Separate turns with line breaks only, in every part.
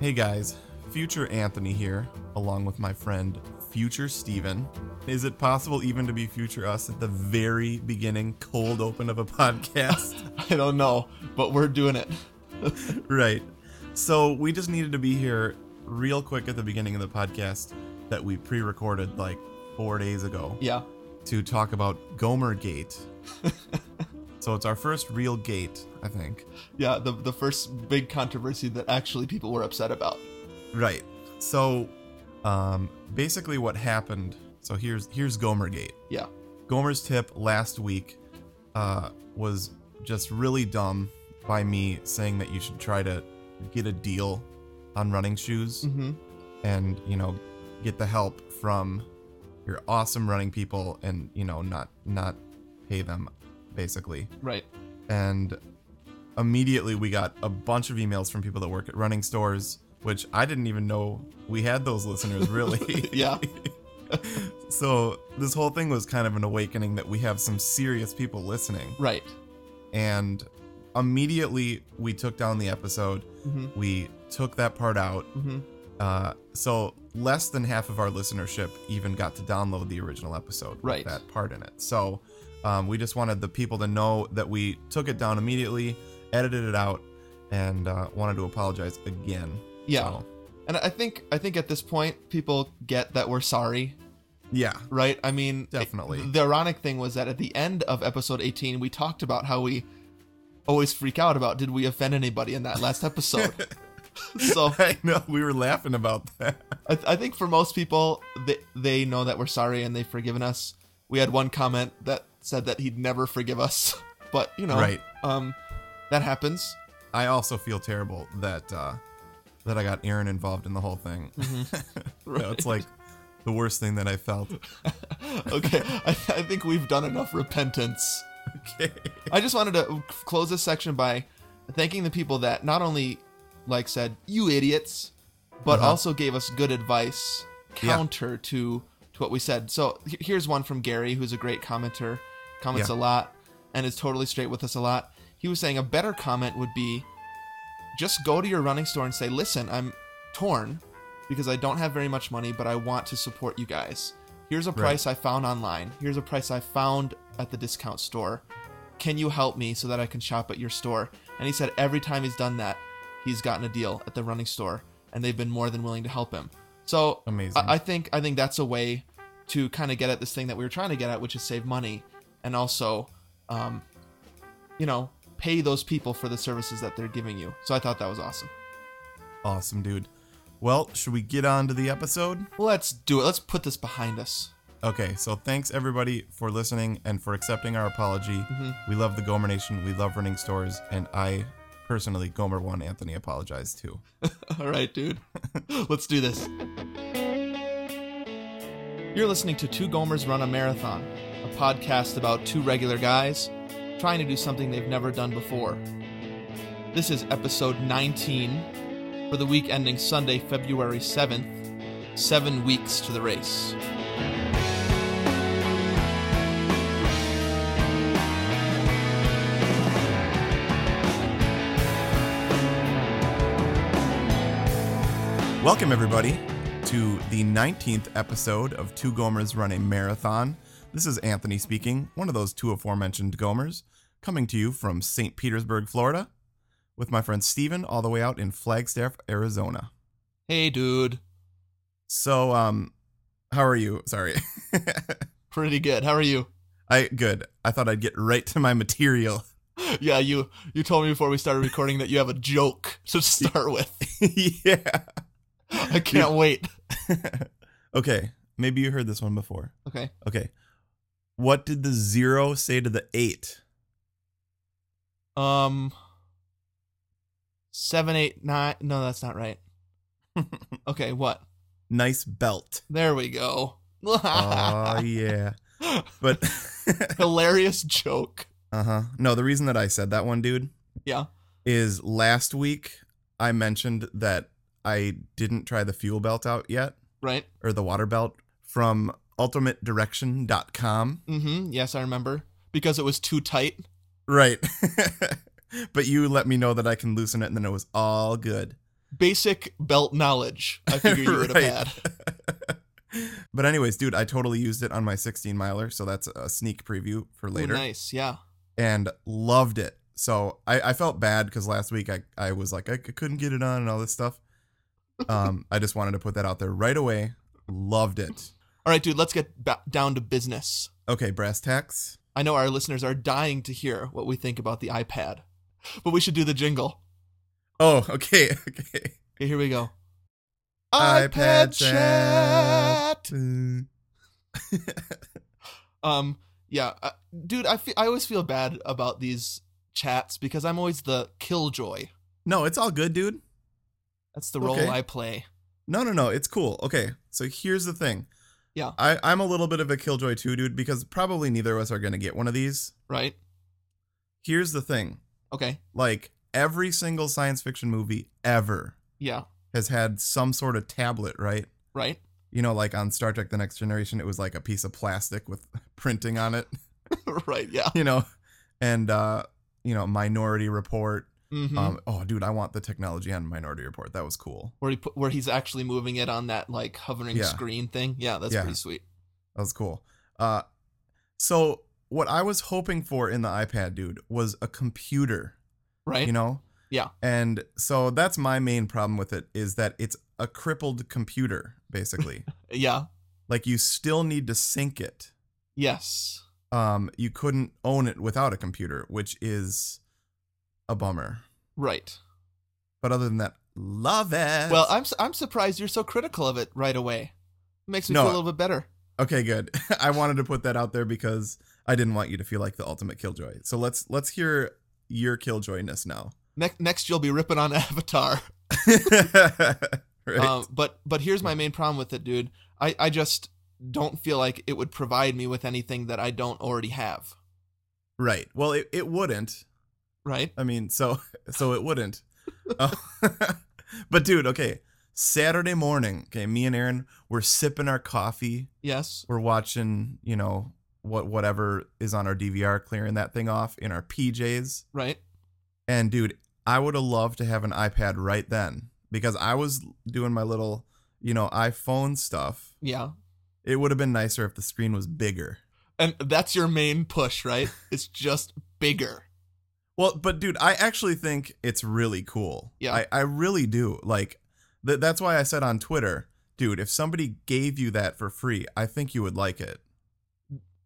Hey guys, future Anthony here, along with my friend future Steven. Is it possible even to be future us at the very beginning, cold open of a podcast?
I don't know, but we're doing it.
right. So we just needed to be here real quick at the beginning of the podcast that we pre recorded like four days ago
Yeah.
to talk about Gomer Gate. so it's our first real gate, I think.
Yeah, the the first big controversy that actually people were upset about.
Right. So, um, basically, what happened? So here's here's Gomergate.
Yeah.
Gomer's tip last week uh, was just really dumb by me saying that you should try to get a deal on running shoes
Mhm.
and you know get the help from your awesome running people and you know not not pay them basically
Right.
and immediately we got a bunch of emails from people that work at running stores which i didn't even know we had those listeners really
Yeah.
so this whole thing was kind of an awakening that we have some serious people listening
Right.
and immediately we took down the episode
Mhm.
we took that part out
Mhm.
uh, so less than half of our listenership even got to download the original episode with
Right.
that part in it. So um, we just wanted the people to know that we took it down immediately, edited it out, and uh, wanted to apologize again.
Yeah.
So,
And I think I think at this point people get that we're sorry,
yeah.
right? I mean,
Definitely.
the ironic thing was that at the end of episode 18, we talked about how we always freak out about did we offend anybody in that last episode. so
I know we were laughing about that.
I, I think for most people, they, they know that we're sorry and they've forgiven us. We had one comment that said that he'd never forgive us, but you know,
Right.
um, that happens.
I also feel terrible that uh, that I got Aaron involved in the whole thing. That's like the worst thing that I felt.
Okay, I, I think we've done enough repentance.
Okay.
I just wanted to close this section by thanking the people that not only, like, said you idiots, but
Uh-huh.
also gave us good advice
Yeah.
counter to to what we said. So he- here's one from Gary, who's a great commenter, comments
Yeah.
a lot, and is totally straight with us a lot. He was saying a better comment would be, just go to your running store and say, listen, I'm torn because I don't have very much money, but I want to support you guys. Here's a price I found online. Here's a price I found at the discount store. Can you help me so that I can shop at your store? And he said every time he's done that, he's gotten a deal at the running store and they've been more than willing to help him. So
Amazing.
I, I think I think that's a way to kind of get at this thing that we were trying to get at, which is save money and also um, you know, pay those people for the services that they're giving you. So I thought that was awesome.
Awesome, dude. Well, should we get on to the episode?
Let's do it. Let's put this behind us.
Okay, so thanks everybody for listening and for accepting our apology. We love the Gomer Nation. We love running stores, and I personally, Gomer One Anthony, apologize too.
All right, dude. Let's do this. You're listening to Two Gomers Run a Marathon, a podcast about two regular guys trying to do something they've never done before. This is episode 19 for the week ending Sunday, February 7th, seven weeks to the race.
Welcome everybody to the 19th episode of Two Gomers Run a Marathon. This is Anthony speaking, one of those two aforementioned Gomers, coming to you from St. Petersburg, Florida, with my friend Steven all the way out in Flagstaff, Arizona.
Hey, dude.
So, um, how are you? Sorry.
Pretty good. How are you?
I good. I thought I'd get right to my material.
Yeah, you you told me before we started recording that you have a joke to start with.
yeah.
I can't wait.
Okay. Maybe you heard this one before.
Okay.
Okay. What did the zero say to the eight?
Um, seven, eight, nine. No, that's not right. okay, what?
Nice belt.
There we go.
Oh yeah. But
Hilarious joke.
uh huh. No, the reason that I said that one, dude,
Yeah.
is last week I mentioned that I didn't try the fuel belt out yet
Right.
or the water belt from ultimatedirection.com.
Mm-hmm. Yes, I remember because it was too tight.
Right. but you let me know that I can loosen it and then it was all good.
basic belt knowledge. I figure you would have
Right.
had.
but anyways, dude, I totally used it on my 16 miler, so that's a sneak preview for
Ooh,
later,
nice, yeah.
and loved it. So I, I felt bad because last week I, I was like I c- couldn't get it on and all this stuff. Um, I just wanted to put that out there right away. Loved it.
All right, dude, let's get ba- down to business.
Okay, brass tacks.
I know our listeners are dying to hear what we think about the iPad, but we should do the jingle.
Oh, okay, okay.
Okay, here we go.
iPad
iPad
chat.
chat. Um, yeah, uh, dude, I fe- I always feel bad about these chats because I'm always the killjoy.
No, it's all good, dude.
That's the role
Okay.
I play.
No, no, no. It's cool. Okay, so here's the thing.
Yeah.
I, I'm a little bit of a killjoy too, dude, because probably neither of us are gonna get one of these.
Right?
Here's the thing.
Okay.
Like every single science fiction movie ever
Yeah.
has had some sort of tablet, right?
Right.
You know, like on Star Trek The Next Generation, it was like a piece of plastic with printing on it,
right. Yeah.
you know, and, uh, you know, Minority Report.
hmm
Um, oh, dude, I want the technology on Minority Report. That was cool.
where he put, where he's actually moving it on that like hovering
Yeah.
screen thing. Yeah, that's
Yeah.
pretty sweet.
That was cool. Uh, so, what I was hoping for in the iPad, dude, was a computer.
Right?
you know
Yeah.
and so that's my main problem with it is that it's a crippled computer basically
yeah.
like you still need to sync it
Yes.
um you couldn't own it without a computer which is a bummer
Right.
but other than that love it
Well, I'm su- I'm surprised you're so critical of it right away. Makes me
No.
feel a little bit better.
okay good i wanted to put that out there because i didn't want you to feel like the ultimate killjoy so let's let's hear your killjoyness now
Ne- next, you'll be ripping on Avatar.
right
Um, but but here's my main problem with it, dude. I, I just don't feel like it would provide me with anything that I don't already have.
right well it, it wouldn't
Right?
I mean, so so it wouldn't. Uh, but dude, okay. Saturday morning, okay, me and Aaron we're sipping our coffee.
Yes.
We're watching, you know, what whatever is on our DVR, clearing that thing off in our PJs.
Right.
And dude, I would have loved to have an iPad right then because I was doing my little, you know, iPhone stuff.
Yeah.
It would have been nicer if the screen was bigger.
And that's your main push, right? It's just bigger.
Well, but dude, I actually think it's really cool.
Yeah.
I, I really do. Like, th- that's why I said on Twitter, dude, if somebody gave you that for free, I think you would like it.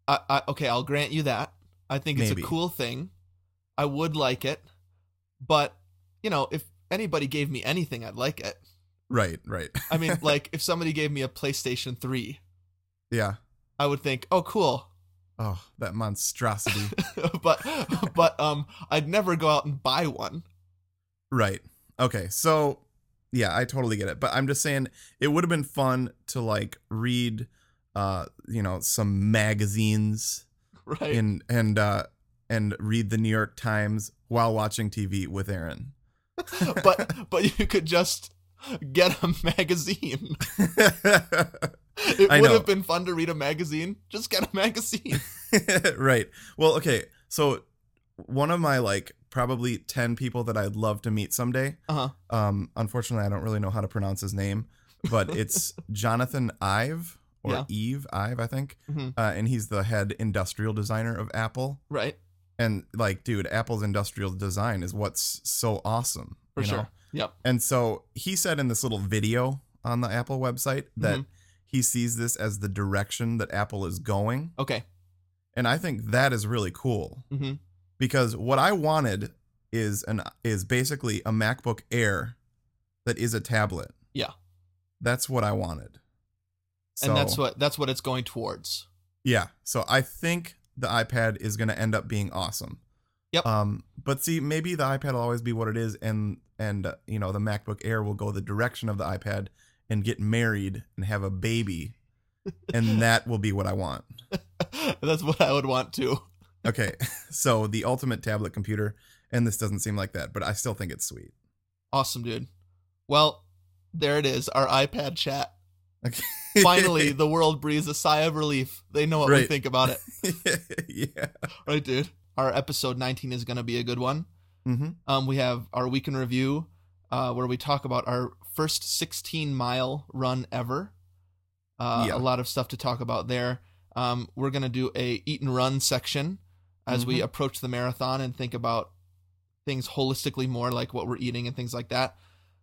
I, I okay, I'll grant you that. I think it's
Maybe.
a cool thing. I would like it, but you know, if anybody gave me anything, I'd like it.
Right, right.
I mean, like if somebody gave me a PlayStation Three,
yeah.
I would think, oh, cool.
Oh, that monstrosity.
but but um, I'd never go out and buy one.
right. Okay. So, yeah, I totally get it. But I'm just saying it would have been fun to, like, read, uh, you know, some magazines
Right.
and, and, uh, and read the New York Times while watching TV with Aaron.
but but you could just get a magazine. It
I
would
know.
have been fun to read a magazine. Just get a magazine.
right. Well, okay. So one of my like probably 10 people that I'd love to meet someday.
Uh-huh.
Um unfortunately I don't really know how to pronounce his name, but it's Jonathan Ive or
Yeah.
Eve Ive, I think.
Mhm.
Uh, and he's the head industrial designer of Apple.
Right.
And like dude, Apple's industrial design is what's so awesome,
For
you know?
sure. Yep.
And so he said in this little video on the Apple website that
Mm-hmm.
he sees this as the direction that Apple is going.
Okay.
And I think that is really cool
hmm
because what I wanted is an is basically a MacBook Air that is a tablet.
Yeah.
That's what I wanted.
And that's
So-
what that's what it's going towards.
Yeah. So I think the iPad is going to end up being awesome.
Yep.
Um but see maybe the iPad will always be what it is and and uh, you know the MacBook Air will go the direction of the iPad and get married and have a baby and that will be what I want.
that's what I would want to.
Okay. So the ultimate tablet computer and this doesn't seem like that, but I still think it's sweet.
Awesome, dude. Well, there it is. Our iPad chat.
Okay.
Finally, the world breathes a sigh of relief. They know what we
Right.
think about it.
yeah.
Right, dude. Our episode 19 is going to be a good one.
hmm
Um, we have our week in review, uh, where we talk about our first 16 mile run ever. Uh,
Yeah.
A lot of stuff to talk about there. Um, we're gonna do a eat and run section as we approach the marathon and think about things holistically more, like what we're eating and things like that.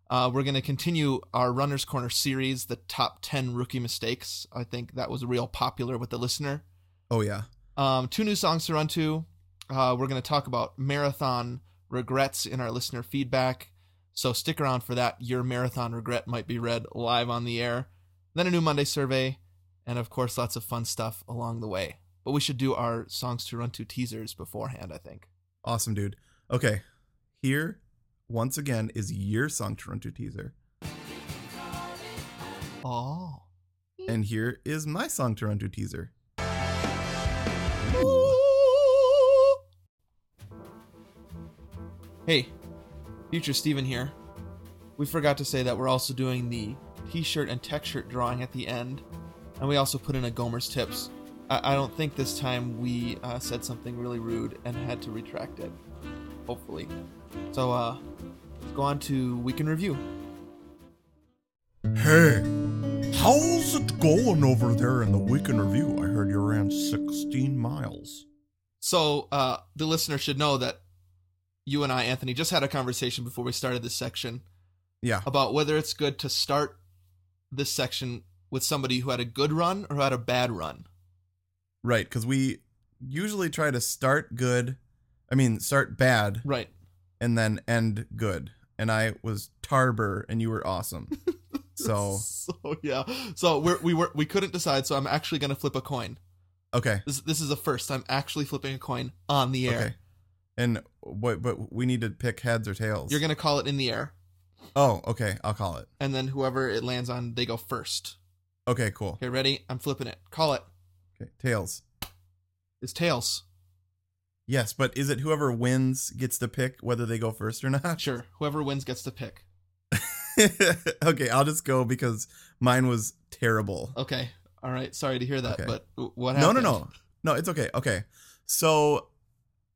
Uh, we're going to continue our Runner's Corner series, the top 10 rookie mistakes. I think that was real popular with the listener.
Oh yeah.
Um, two new songs to run to. Uh, we're going to talk about marathon regrets in our listener feedback. So stick around for that. Your marathon regret might be read live on the air. Then a new Monday survey, and of course, lots of fun stuff along the way. But we should do our songs to run to teasers beforehand, I think.
Awesome, dude. Okay. Here, once again, is your song to run to teaser.
Oh.
And here is my song to run to teaser.
Hey, future Steven here. We forgot to say that we're also doing the t-shirt and tech shirt drawing at the end, and we also put in a Gomer's tips. I, I don't think this time we uh, said something really rude and had to retract it. Hopefully. So, uh, let's go on to week in review.
Hey, how's it going over there in the weekend review? I heard you ran 16 miles.
So uh, the listener should know that you and I, Anthony, just had a conversation before we started this section
Yeah.
about whether it's good to start this section with somebody who had a good run or who had a bad run.
Right, because we usually try to start good, I mean, start bad,
Right.
and then end good. And I was Tarber, and you were awesome. so,
So yeah. So we're, we were we couldn't decide. So I'm actually going to flip a coin.
okay.
This this is the first. I'm actually flipping a coin on the air.
Okay. And what, but we need to pick heads or tails.
You're going to call it in the air,
Oh, okay. I'll call it.
and then whoever it lands on, they go first.
Okay, cool.
Okay, ready? I'm flipping it. Call it.
Okay, tails.
It's tails.
Yes, but is it whoever wins gets to pick whether they go first or not?
Sure. Whoever wins gets to pick.
okay, I'll just go because mine was terrible.
Okay. All right. Sorry to hear that,
Okay.
but w- Oh, what
No,
happened?
no, no. No, it's okay. Okay. So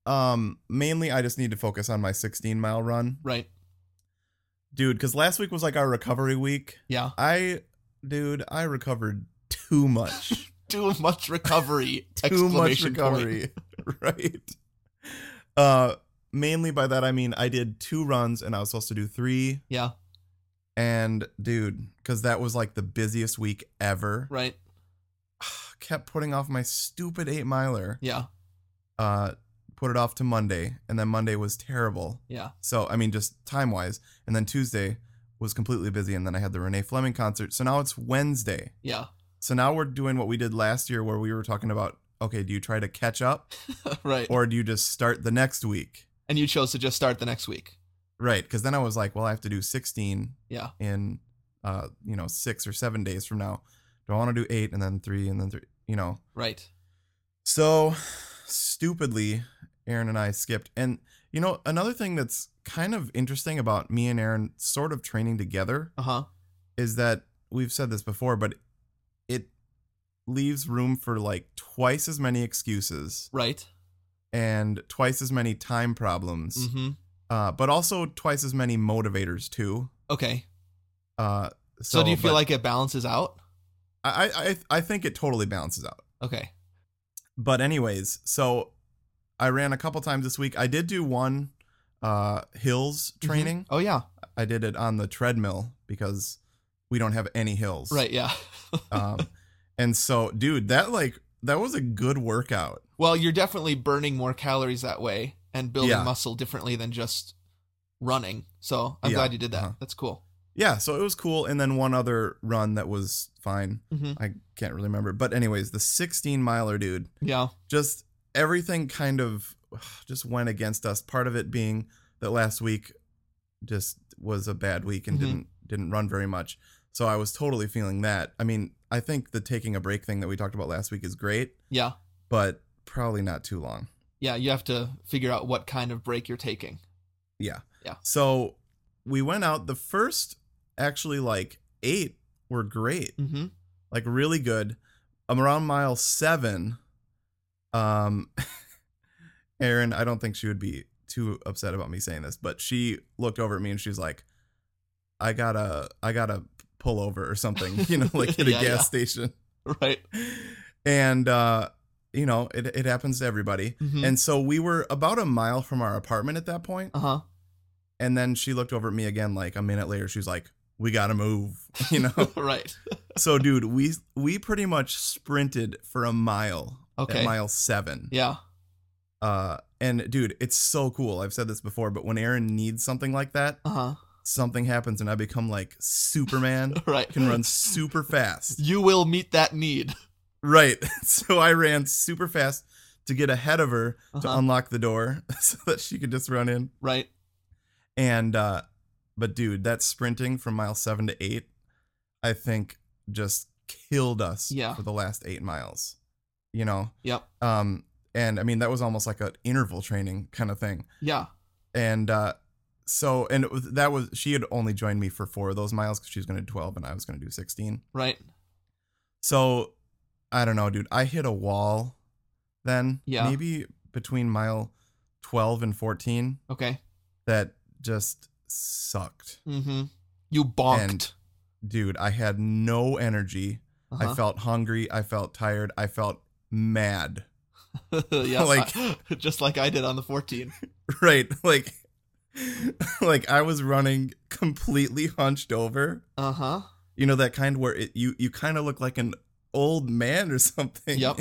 um mainly I just need to focus on my 16 mile run.
Right.
Dude, cuz last week was like our recovery week.
Yeah.
I dude, I recovered too much.
Too much recovery.
too much
Exclamation point.
recovery. right. Uh mainly by that I mean I did two runs and I was supposed to do 3
Yeah.
and dude, cuz that was like the busiest week ever.
Right.
Kept putting off my stupid 8 miler.
Yeah.
uh, put it off to Monday, and then Monday was terrible.
Yeah.
So I mean, just time wise, and then Tuesday was completely busy, and then I had the Renee Fleming concert. So now it's Wednesday.
Yeah.
So now we're doing what we did last year, where we were talking about, okay, do you try to catch up,
right.
or do you just start the next week?
and you chose to just start the next week.
Right? Because then I was like, well, I have to do 16
Yeah.
in, uh, you know, six or seven days from now. Do I want to do eight and then three and then three? You know,
Right.
So stupidly, Aaron and I skipped. And you know, another thing that's kind of interesting about me and Aaron sort of training together
Uh huh.
is that we've said this before, but it leaves room for like twice as many excuses
Right.
and twice as many time problems,
Mm-hmm.
uh, but also twice as many motivators too.
Okay.
Uh,
So,
so,
do you feel
but
like it balances out?
I, I- I I think it totally balances out.
Okay.
but anyways, so I ran a couple times this week. I did do one uh hills
Mhm.
training.
Oh yeah.
I did it on the treadmill because we don't have any hills.
Right. Yeah.
um and so dude, that like that was a good workout.
well, you're definitely burning more calories that way and building
Yeah.
muscle differently than just running. So I'm
Yeah.
glad you did that.
Uh-huh.
That's cool.
Yeah, so it was cool and then one other run that was fine.
Mm-hmm.
I can't really remember. But anyways, the 16 miler dude
Yeah.
just everything kind of ugh, just went against us. Part of it being that last week just was a bad week and
Mhm.
didn't didn't run very much. So I was totally feeling that. I mean, I think the taking a break thing that we talked about last week is great,
Yeah.
but probably not too long.
Yeah. You have to figure out what kind of break you're taking.
Yeah.
Yeah.
So we went out the first actually like 8 were great.
Mm-hmm.
like really good. I'm around mile seven. Um, Erin, I don't think she would be too upset about me saying this, but she looked over at me and she's like, I gotta I gotta pull over or something, you know, like hit a
Yeah,
gas
yeah.
station.
right?
And uh, you know, it it happens to everybody.
Mm-hmm. Hmm.
And so we were about a mile from our apartment at that point,
uh huh.
and then she looked over at me again like a minute later. She's like, "We gotta move," you know.
right.
so, dude, we we pretty much sprinted for a mile.
Okay.
At mile seven.
Yeah.
Uh, and dude, it's so cool. I've said this before, but when Aaron needs something like that,
Uh huh.
something happens, and I become like Superman.
Right.
can run super fast.
You will meet that need.
Right. So I ran super fast to get ahead of her to
Uh-huh.
unlock the door so that she could just run in.
Right.
And uh but dude, that sprinting from mile 7 to 8 I think just killed us
Yeah.
for the last 8 miles. You know.
Yep.
Um and I mean that was almost like an interval training kind of thing.
Yeah.
And uh so and it was, that was she had only joined me for 4 of those miles cuz she was going to do 12 and I was going to do 16.
Right.
So I don't know, dude. I hit a wall then.
Yeah.
Maybe between mile twelve and fourteen
Okay.
that just sucked.
Mm-hmm. You bonked.
And- Dude, I had no energy. I
Uh-huh.
felt hungry. I felt tired. I felt mad.
yeah,
like-
I- just like I did on the 14.
Right. Like like I was running completely hunched over.
Uh huh.
You know, that kind where it you you kind of look like an old man or something.
Yep.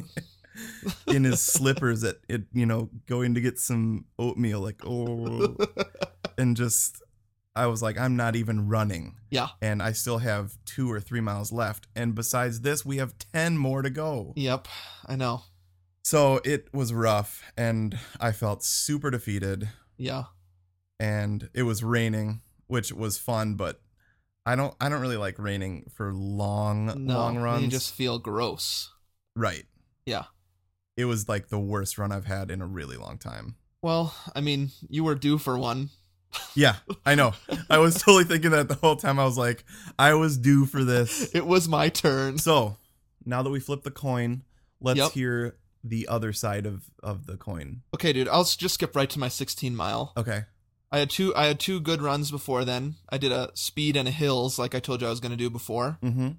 in his slippers at it, you know, going to get some oatmeal, like oh, and just I was like, I'm not even running.
Yeah.
And I still have two or three miles left, and besides this, we have ten more to go.
Yep. I know.
So it was rough, and I felt super defeated,
Yeah.
and it was raining, which was fun, but. I don't. I don't really like raining for long,
No.
long runs.
You just feel gross.
right.
Yeah.
It was like the worst run I've had in a really long time.
Well, I mean, you were due for one.
Yeah, I know. I was totally thinking that the whole time. I was like, I was due for this.
It was my turn.
So now that we flipped the coin, let's
Yep.
hear the other side of of the coin.
Okay, dude. I'll s- just skip right to my 16 mile.
Okay.
I had two. I had two good runs before then. I did a speed and a hills, like I told you I was going to do before.
Mm-hmm.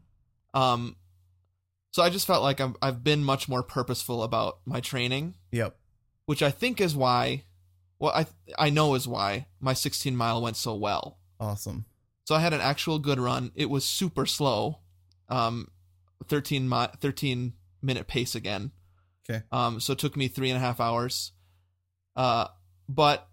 Um, so I just felt like I'm, I've been much more purposeful about my training,
Yep.
which I think is why. Well, I I know is why my 16 mile went so well.
Awesome.
So I had an actual good run. It was super slow, um, 13 mi- 13 minute pace again.
Okay.
Um, so it took me three and a half hours. Uh, but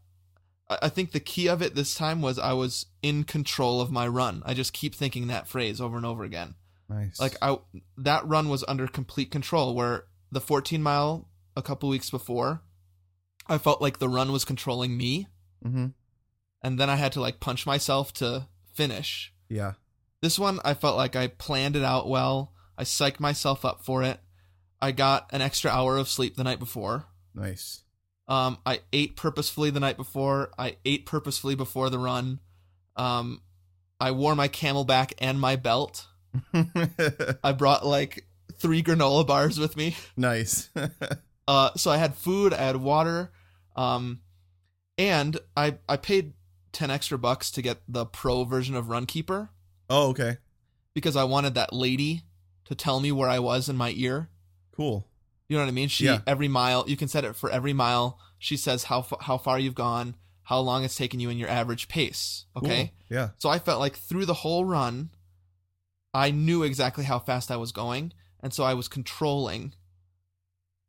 I I think the key of it this time was I was in control of my run. I just keep thinking that phrase over and over again.
Nice.
Like I that run was under complete control. Where the 14 mile a couple weeks before, I felt like the run was controlling me,
Mm-hmm.
and then I had to like punch myself to finish.
Yeah.
This one, I felt like I planned it out well. I psyched myself up for it. I got an extra hour of sleep the night before.
Nice.
Um, I ate purposefully the night before. I ate purposefully before the run. Um, I wore my camelback and my belt. I brought like three granola bars with me.
nice.
Uh, so I had food, I had water, um, and I I paid ten extra bucks to get the pro version of Runkeeper.
oh, okay.
because I wanted that lady to tell me where I was in my ear.
Cool.
You know what I mean? She
Yeah.
every mile you can set it for every mile. She says how fa- how far you've gone, how long it's taken you, and your average pace.
Cool.
Okay,
Yeah.
so I felt like through the whole run, I knew exactly how fast I was going, and so I was controlling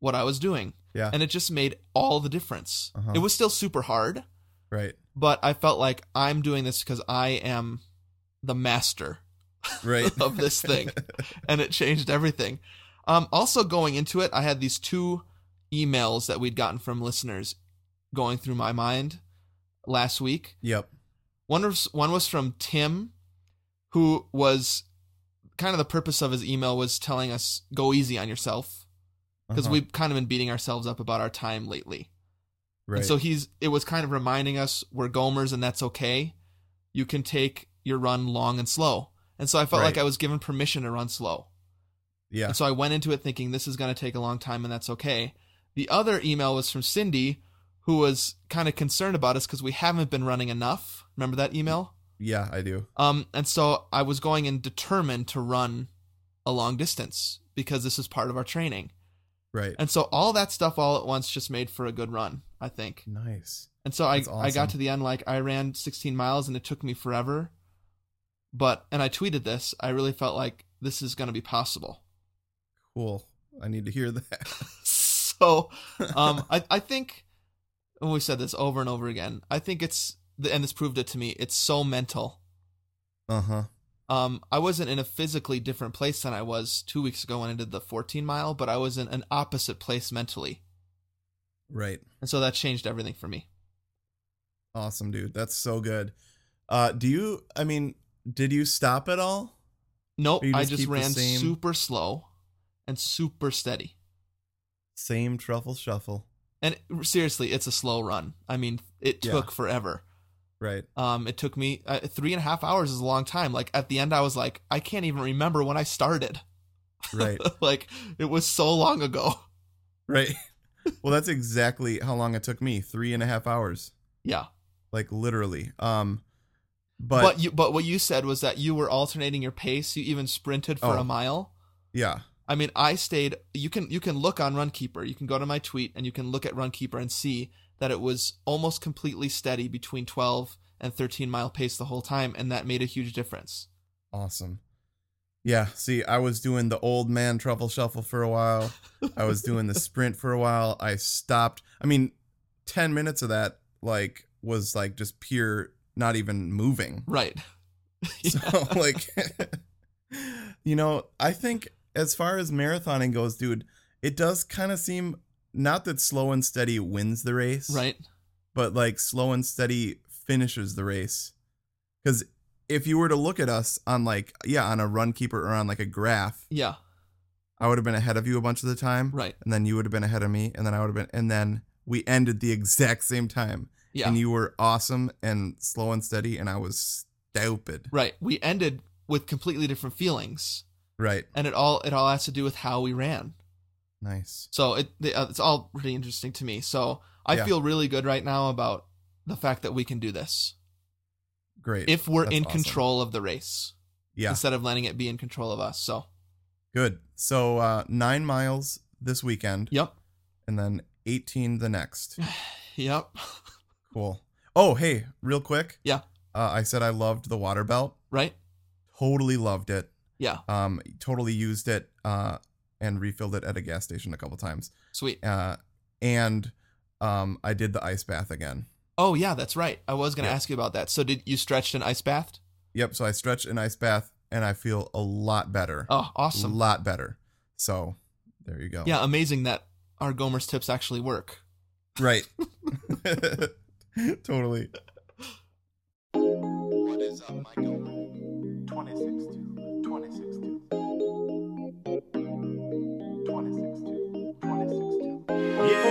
what I was doing,
Yeah.
and it just made all the difference.
Uh-huh.
It was still super hard,
right.
but I felt like I'm doing this because I am the master
Right.
of this thing and it changed everything um, also going into it i had these two emails that we'd gotten from listeners going through my mind last week
yep.
one was, one was from tim who was kind of the purpose of his email was telling us go easy on yourself because
Uh-huh.
we've kind of been beating ourselves up about our time lately
Right.
and so he's it was kind of reminding us we're gomers and that's okay. You can take your run long and slow. And so I felt like
Right.
I was given permission to run slow.
yeah.
And so I went into it thinking this is going to take a long time and that's okay. The other email was from Cindy who was kind of concerned about us cuz we haven't been running enough. Remember that email?
Yeah, I do.
Um, and so I was going and determined to run a long distance because this is part of our training.
Right.
And so all that stuff all at once just made for a good run, I think.
Nice.
And so I,
That's
I
awesome.
got to the end like I ran 16 miles and it took me forever. But and I tweeted this, I really felt like this is going to be possible.
Cool. I need to hear that.
so um, I, I think and we've said this over and over again. I think it's and this proved it to me. It's so mental.
Uh huh.
Um, I wasn't in a physically different place than I was two weeks ago when I did the 14 mile, but I was in an opposite place mentally,
Right.
and so that changed everything for me.
Awesome, dude. That's so good. Uh, do you? I mean, did you stop at all?
Nope,
You
I
just
just
keep the
ran
same-
super slow and super steady.
Same truffle shuffle.
and seriously, it's a slow run. I mean, it
Yeah.
took forever.
Right.
Um, it took me uh, three and a half hours is a long time. Like at the end, I was like, I can't even remember when I started.
Right.
like it was so long ago.
right. Well, that's exactly how long it took me. Three and a half hours.
Yeah,
Like literally. Um,
but
but,
you, but what you said was that you were alternating your pace. You even sprinted for
Oh.
a mile.
yeah.
I mean, I stayed. You can you can look on Runkeeper. You can go to my tweet and you can look at Runkeeper and see that it was almost completely steady between 12 and 13 mile pace the whole time, and that made a huge difference.
Awesome. Yeah, see, I was doing the old man truffle shuffle for a while. I was doing the sprint for a while. I stopped. I mean, 10 minutes of that like was like just pure not even moving.
Right.
So like you know, I think as far as marathoning goes, dude, it does kind of seem not that slow and steady wins the race.
Right.
but like slow and steady finishes the race. Because if you were to look at us on like, yeah, on a run keeper or on like a graph,
Yeah.
I would have been ahead of you a bunch of the time.
Right.
And then you would have been ahead of me. And then I would have been, and then we ended the exact same time.
Yeah.
And you were awesome and slow and steady. And I was stupid.
right. We ended with completely different feelings,
Right.
and it all it all has to do with how we ran.
Nice.
So it the- uh, it's all pretty interesting to me. So I
Yeah.
feel really good right now about the fact that we can do this
Great.
if we're
That's
in
awesome.
control of the race
yeah.
instead of letting it be in control of us. So
Good. So uh, nine miles this weekend
yep,
and then 18 the next.
yep,
Cool. Oh, hey, real quick.
Yeah.
Uh, I said I loved the water belt.
right,
Totally loved it.
yeah,
Um, totally used it uh, and refilled it at a gas station a couple times.
sweet.
Uh, and um, I did the ice bath again.
Oh yeah, that's right. I was gonna
Yeah.
ask you about that. So did you stretched and ice bathed?
Yep. So I stretched an ice bath and I feel a lot better.
Oh, awesome.
A lot better. So there you go.
Yeah, amazing that our Gomer's tips actually work.
Right. totally. What is up, my Gomer? 26-2. 26-2. 26-2. 26-2. Yeah!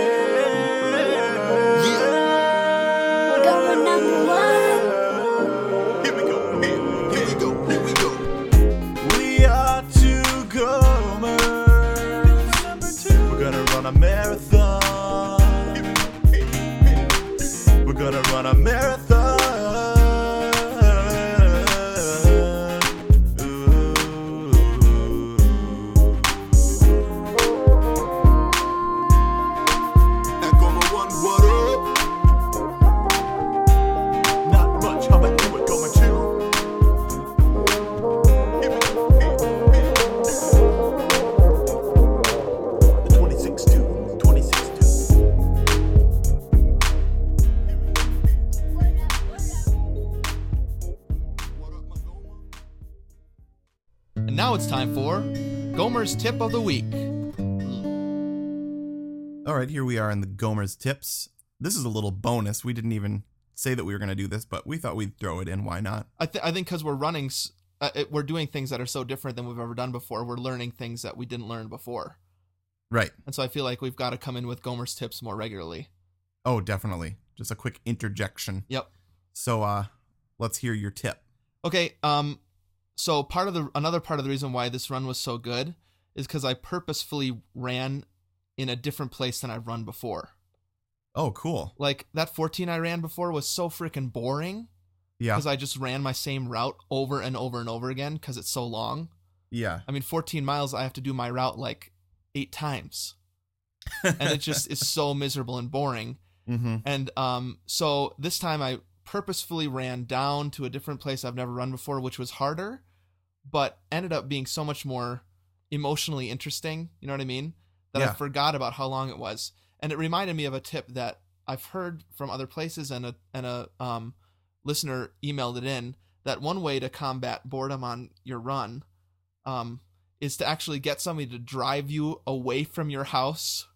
Gomer number one.
Here we go. Here, here we go. Here we go. We are two Gomers. We're gonna run a marathon. We're gonna run a marathon. Ooh. Goma one, what up? Not much, how about you at Goma two? The 26-2, 26-2.
And now it's time for Gomer's tip of the week.
All right, here we are in the Gomer's tips. This is a little bonus. We didn't even say that we were going to do this, but we thought we'd throw it in. Why not?
I, th- I think because we're running, s- uh, it, we're doing things that are so different than we've ever done before. We're learning things that we didn't learn before,
Right.
and so I feel like we've got to come in with Gomer's tips more regularly.
Oh, definitely. Just a quick interjection.
Yep.
So, uh, let's hear your tip.
Okay. Um. So part of the another part of the reason why this run was so good is because I purposefully ran in a different place than I've run before.
Oh, cool.
Like that 14 I ran before was so freaking boring.
Yeah.
because I just ran my same route over and over and over again because it's so long.
Yeah.
I mean, 14 miles, I have to do my route like eight times. and it just is so miserable and boring.
Mm-hmm.
And um, so this time I purposefully ran down to a different place I've never run before, which was harder, but ended up being so much more emotionally interesting. You know what I mean? That I
Yeah.
forgot about how long it was, and it reminded me of a tip that I've heard from other places, and a and a um, listener emailed it in that one way to combat boredom on your run um, is to actually get somebody to drive you away from your house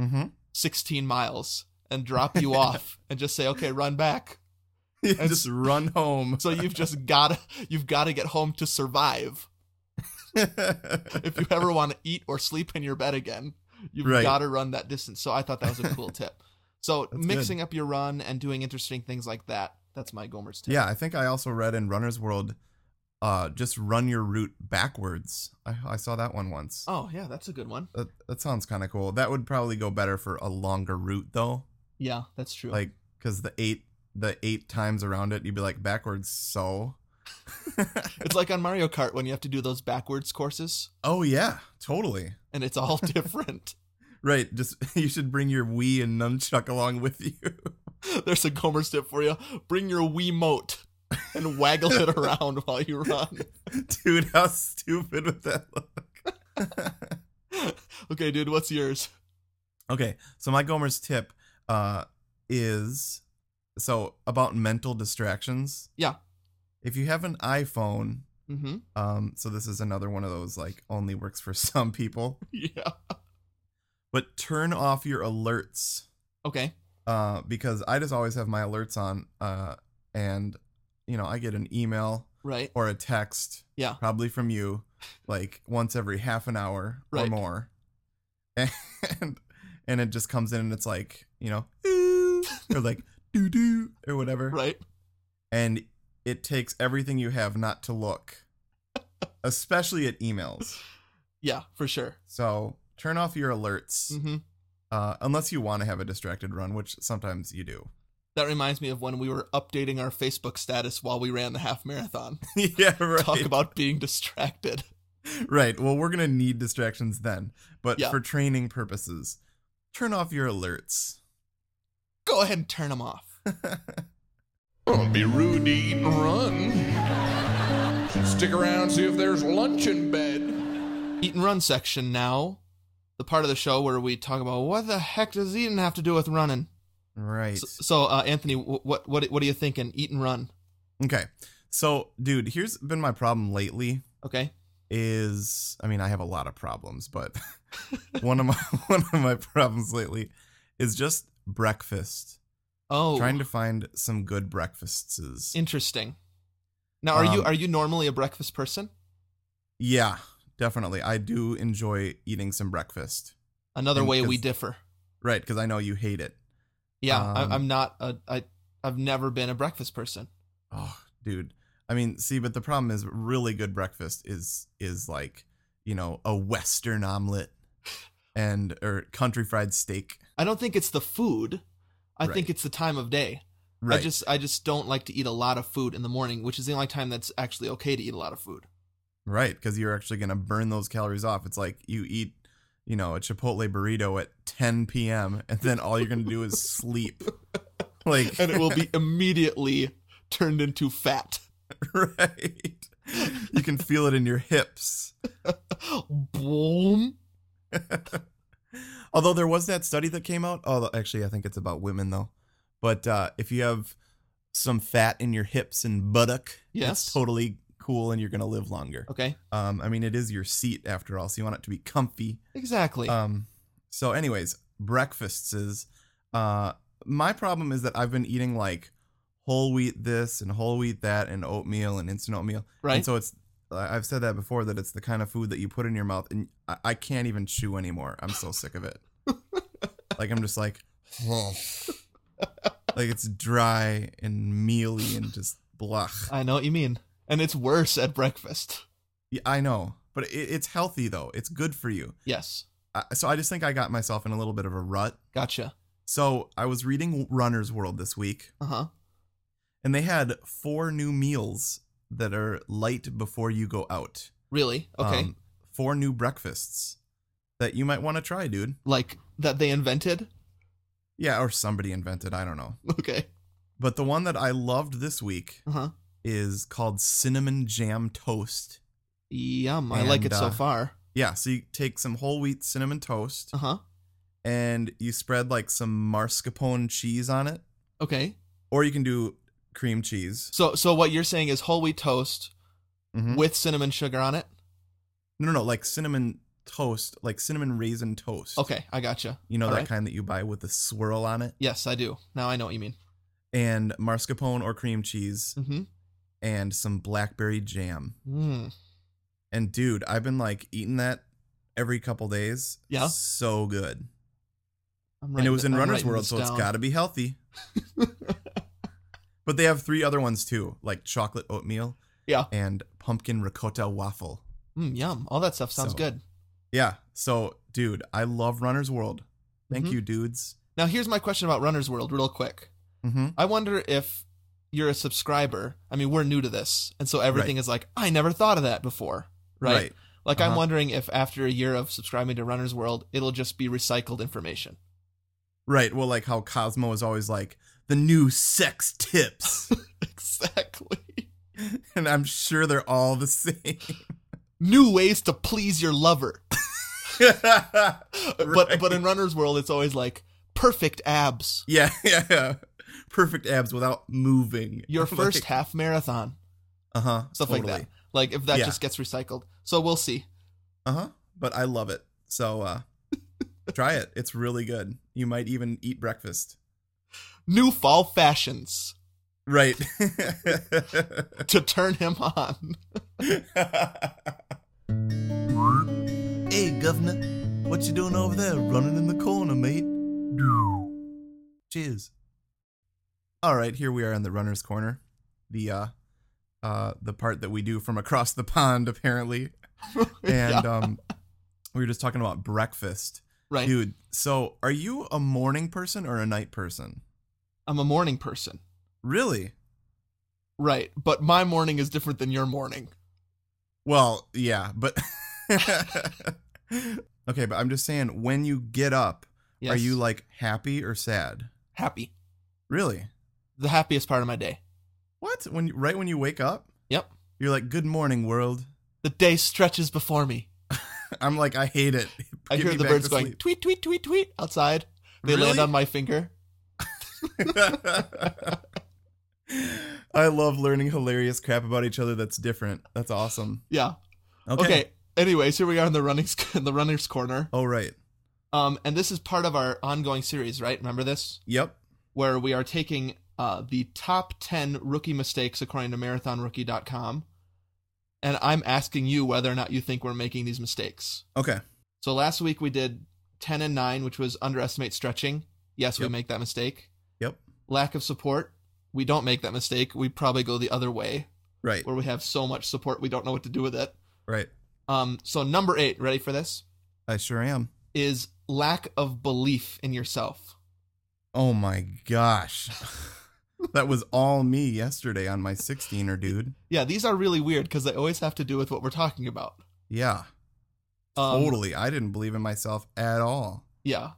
Mm-hmm.
16 miles and drop you off and just say okay run back
just run home.
so you've just gotta you've gotta get home to survive if you ever want to eat or sleep in your bed again you've
Right.
gotta run that distance so i thought that was a cool tip so
That's
mixing up your run and doing interesting things like that that's my gomer's tip
yeah, I think I also read in Runner's World, uh, just run your route backwards. I, I saw that one once.
oh yeah that's a good one
That, that sounds kind of cool. That would probably go better for a longer route though,
yeah that's true
like because the eight the eight times around it, you'd be like backwards. So,
it's like on mario kart when you have to do those backwards courses
oh yeah, totally.
and it's all different
Right, just you should bring your Wii and nunchuck along with you.
there's a gomer's tip for you bring your wiimote and waggle it around while you run
Dude, how stupid would that look?
okay, dude, what's yours?
okay, so my Gomer's tip uh, is so about mental distractions.
Yeah.
If you have an iPhone,
Mm-hmm.
um, so this is another one of those like only works for some people,
Yeah.
but turn off your alerts
Okay.
uh, because I just always have my alerts on uh, and, you know, I get an email
Right.
or a text.
Yeah.
Probably from you, like once every half an hour or
Right.
more. And and it just comes in and it's like, you know, "Ooh," or like doo doo or whatever.
Right.
And it takes everything you have not to look. Especially at emails.
Yeah, for sure.
So turn off your alerts.
Mm-hmm.
Uh, unless you want to have a distracted run, which sometimes you do.
That reminds me of when we were updating our Facebook status while we ran the half marathon.
yeah, right.
Talk about being distracted.
Right. Well, we're going to need distractions then. But
Yeah.
for training purposes, turn off your alerts.
Go ahead and turn them off.
Don't be rude, eat and run. Stick around, see if there's lunch in bed.
Eat and run section now. The part of the show where we talk about what the heck does eating have to do with running.
Right.
So, so uh, Anthony, wh- what what what are you thinking? Eat and run.
okay. So, dude, here's been my problem lately
Okay.
is I mean, I have a lot of problems, but one of my one of my problems lately is just breakfast.
Oh,
Trying to find some good breakfasts.
interesting. Now, are you
Um,
are you normally a breakfast person?
yeah, definitely. I do enjoy eating some breakfast.
Another
and
way we
cons-
differ.
Right, cuz I know you hate it.
Yeah,
Um,
I, I'm not a I. I've never been a breakfast person.
Oh, dude. I mean, see, but the problem is really good breakfast is is like, you know, a western omelet and or country fried steak.
I don't think it's the food. I think
Right.
it's the time of day.
Right.
I just I just don't like to eat a lot of food in the morning, which is the only time that's actually okay to eat a lot of food.
right, cuz you're actually going to burn those calories off. It's like you eat, you know, a Chipotle burrito at 10 p.m. and then all you're going to do is sleep. Like
And it will be immediately turned into fat.
right. You can feel it in your hips.
Boom.
Although there was that study that came out. Oh, actually, I think it's about women though. But uh, if you have some fat in your hips and buttock,
Yes.
it's totally cool, and you're gonna live longer.
Okay.
Um, I mean, it is your seat after all, so you want it to be comfy.
Exactly.
Um, so, anyways, breakfasts is. Uh, my problem is that I've been eating like whole wheat this and whole wheat that and oatmeal and instant oatmeal.
right.
And so it's. I- I've said that before that it's the kind of food that you put in your mouth and I, I can't even chew anymore. I'm so sick of it. like I'm just like, like it's dry and mealy and just blah.
I know what you mean. And it's worse at breakfast.
Yeah, I know, but it, it's healthy though. It's good for you.
Yes.
I, so I just think I got myself in a little bit of a rut.
Gotcha.
So I was reading Runner's World this week
Uh huh.
and they had four new meals that are light before you go out.
Really? Okay.
Um, four new breakfasts that you might want to try, dude.
like that they invented?
Yeah, or somebody invented. I don't know.
Okay.
But the one that I loved this week
Uh huh.
is called cinnamon jam toast.
Yum. I like
And,
it so
uh,
far.
Yeah, so you take some whole wheat cinnamon toast
Uh huh.
and you spread like some mascarpone cheese on it,
Okay.
or you can do cream cheese.
So so what you're saying is whole wheat toast
Mhm.
with cinnamon sugar on it?
No, no, no, like cinnamon toast, like cinnamon raisin toast.
Okay, I gotcha.
You know
All
that
right.
kind that you buy with a swirl on it,
Yes, I do. Now I know what you mean.
and mascarpone or cream cheese
Mm-hmm.
and some blackberry jam.
Mm.
And dude, I've been like eating that every couple days.
Yeah?
So good. and
I'm
it
writing
was in
I'm
Runner's
writing
World,
this
so it's
down.
got to be healthy. but they have three other ones too, like chocolate oatmeal.
Yeah.
And pumpkin ricotta waffle.
Mm, yum. All that stuff sounds
So-
good.
Yeah. So, dude, I love Runner's World. Thank
Mhm.
you, dudes.
Now here's my question about Runner's World, real quick.
Mm-hmm.
I wonder if you're a subscriber. I mean, we're new to this, and so everything is like, I never thought of that before, right? Like, I'm
Uh-huh.
wondering if after a year of subscribing to Runner's World, it'll just be recycled information.
Right. Well, like how Cosmo is always like the new sex tips,
exactly.
and I'm sure they're all the same.
New ways to please your lover. But
Right.
but in Runner's World, it's always like perfect abs.
yeah, yeah, yeah. Perfect abs without moving.
Your first half marathon,
uh huh,
stuff like that. Like if that
Yeah.
just gets recycled, so we'll see.
Uh huh. But I love it. So uh try it. It's really good. You might even eat breakfast.
New fall fashions
Right.
to turn him on.
hey, governor, what you doing over there, running in the corner, mate? Cheers. All right, here we are in the runner's corner, the uh, uh, the part that we do from across the pond, apparently.
Yeah,
And um, we were just talking about breakfast,
right.
dude. So, are you a morning person or a night person?
I'm a morning person.
Really?
Right. But my morning is different than your morning.
Well, yeah, but okay, but I'm just saying, when you get up,
Yes.
are you like happy or sad?
happy?
Really?
The happiest part of my day.
What? When you, right when you wake up,
Yep.
you're like, "Good morning, world."
The day stretches before me.
I'm like, I hate it.
I
Get
hear
me
the
back
birds
to
going
sleep.
tweet tweet tweet tweet outside. They land
Really?
on my finger.
I love learning hilarious crap about each other. That's different. That's awesome.
Yeah.
Okay.
Okay. Anyways, here we are in the running in the runner's corner.
Oh right.
Um, and this is part of our ongoing series, right? Remember this,
Yep.
where we are taking uh, the top ten rookie mistakes according to MarathonRookie.com, and I'm asking you whether or not you think we're making these mistakes.
Okay.
So last week we did 10 and 9, which was underestimate stretching. Yes, we
Yep.
make that mistake.
Yep.
Lack of support. We don't make that mistake. We probably go the other way
Right.
where we have so much support we don't know what to do with it.
Right.
Um, so number eight, ready for this?
I sure am.
Is lack of belief in yourself.
Oh my gosh. that was all me yesterday on my 16er, dude.
Yeah, these are really weird because they always have to do with what we're talking about.
Yeah,
Um,
totally. I didn't believe in myself at all.
Yeah.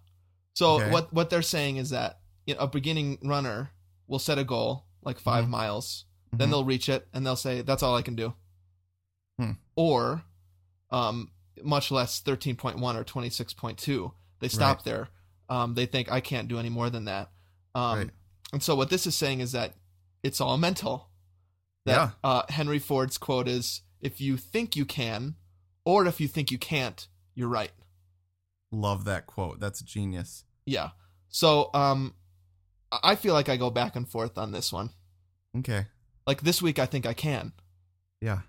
So
Okay.
what what they're saying is that you know, a beginning runner will set a goal like 5
Mhm.
miles, then
Mhm.
they'll reach it and they'll say that's all I can do.
Hmm.
Or um much less 13.1 or 26.2. They stop
Right.
there. Um they think I can't do any more than that. Um
Right.
and so what this is saying is that it's all mental.
Yeah.
That uh Henry Ford's quote is if you think you can or if you think you can't, you're right.
Love that quote. That's genius.
Yeah. So um I I feel like I go back and forth on this one.
Okay.
Like this week I think I can.
Yeah.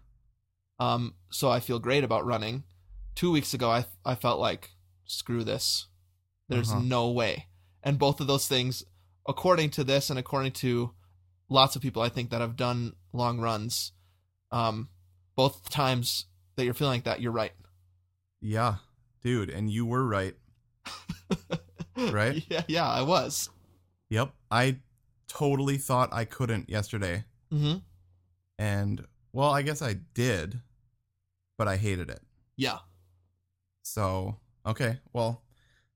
Um so I feel great about running. 2 weeks ago I I felt like screw this. There's
Uh-huh.
no way. And both of those things according to this and according to lots of people I think that have done long runs um both times that you're feeling like that you're right.
Yeah. Dude, and you were right. Right?
yeah, yeah, I was.
Yep. I totally thought I couldn't yesterday.
Mm-hmm.
And well, I guess I did, but I hated it.
Yeah.
So, okay. Well,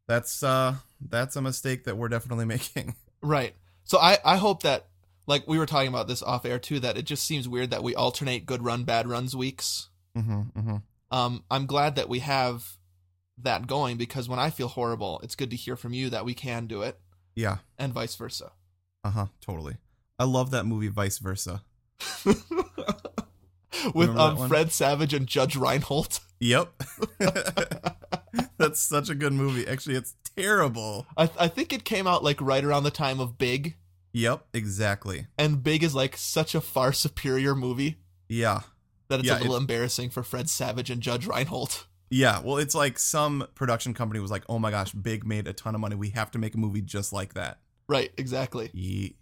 that's uh that's a mistake that we're definitely making.
Right. So I, I hope that like we were talking about this off air too, that it just seems weird that we alternate good run, bad runs weeks.
Mm-hmm, mm-hmm.
Um, I'm glad that we have that going because when I feel horrible, it's good to hear from you that we can do it
Yeah.
and vice versa.
Uh-huh. Totally. I love that movie Vice Versa.
With
Remember that
um,
one?
Fred Savage and Judge Reinhold.
Yep. that's such a good movie. Actually, it's terrible.
I, I think it came out like right around the time of Big,
Yep, exactly.
and Big is like such a far superior movie
Yeah.
that it's
Yeah,
a little embarrassing for Fred Savage and Judge Reinhold.
Yeah, well, it's like some production company was like, "Oh my gosh, Big made a ton of money. We have to make a movie just like that."
Right, exactly.
Ye-